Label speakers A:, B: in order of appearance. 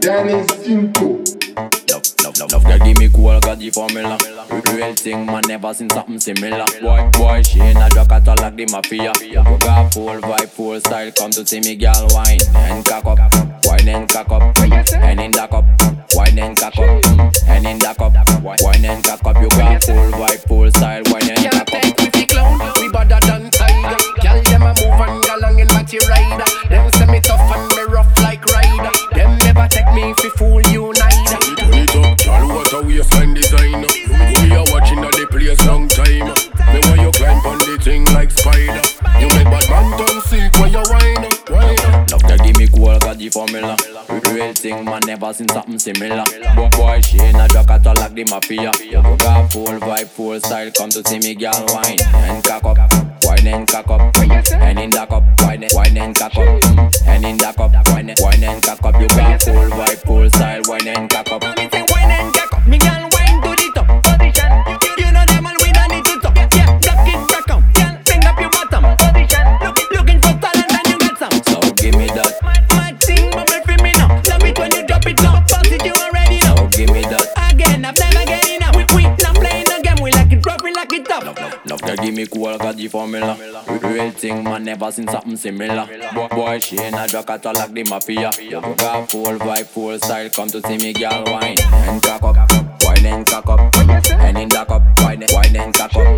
A: Danny Simple.
B: Love, love, love, love girl give me cool got the formula Real thing man never seen something similar Boy, boy she in a drug at all like the mafia You got full vibe, full style Come to see me girl wine and cock up Wine and cock up And in the cup Wine and cock up And in the cup Wine and cock up You got full vibe, full style Wine and
C: Can't
B: cock up
C: take with the clown, we better than tiger. Girl, them a move and galang in matty rider. Them say me tough and me rough like rider. Them never take me fi fool you neither.
D: Turn it up, girl, what a waistline design We are watching all the place long time Me why you climb on the thing like spider You make bad man turn sick when you whine, whine
B: Doctor give me cool got the formula Real thing man never seen something similar Boy, boy she in a drug at all like the mafia You got full vibe, full style Come to see me girl wine and cock up Wine and cock up And in the cup Wine and, wine and cock up Mm. And in the cup Wine and, wine and cock up You got full vibe, full style Wine and cock up
C: Me say wine and cock up, me girl wine to the top position. You, you know them all we don't need to talk. Yeah, duck it back up, girl bring up your bottom position. Look, looking for talent and you got some.
B: So give me that
C: My, my thing bubble for me now. Love it when you drop it low. Bounce it you already know.
B: So Oh, give me that
C: Again, I've never get enough. We, we not playing a game. We like it rough, we like it up.
B: Love girl give me cool got the formula Real thing man never seen something similar Boy, boy she in a drug at all like the mafia You got full vibe, full style Come to see me girl wine and cock up Wine and cock up And in the cup Wine, wine and cock up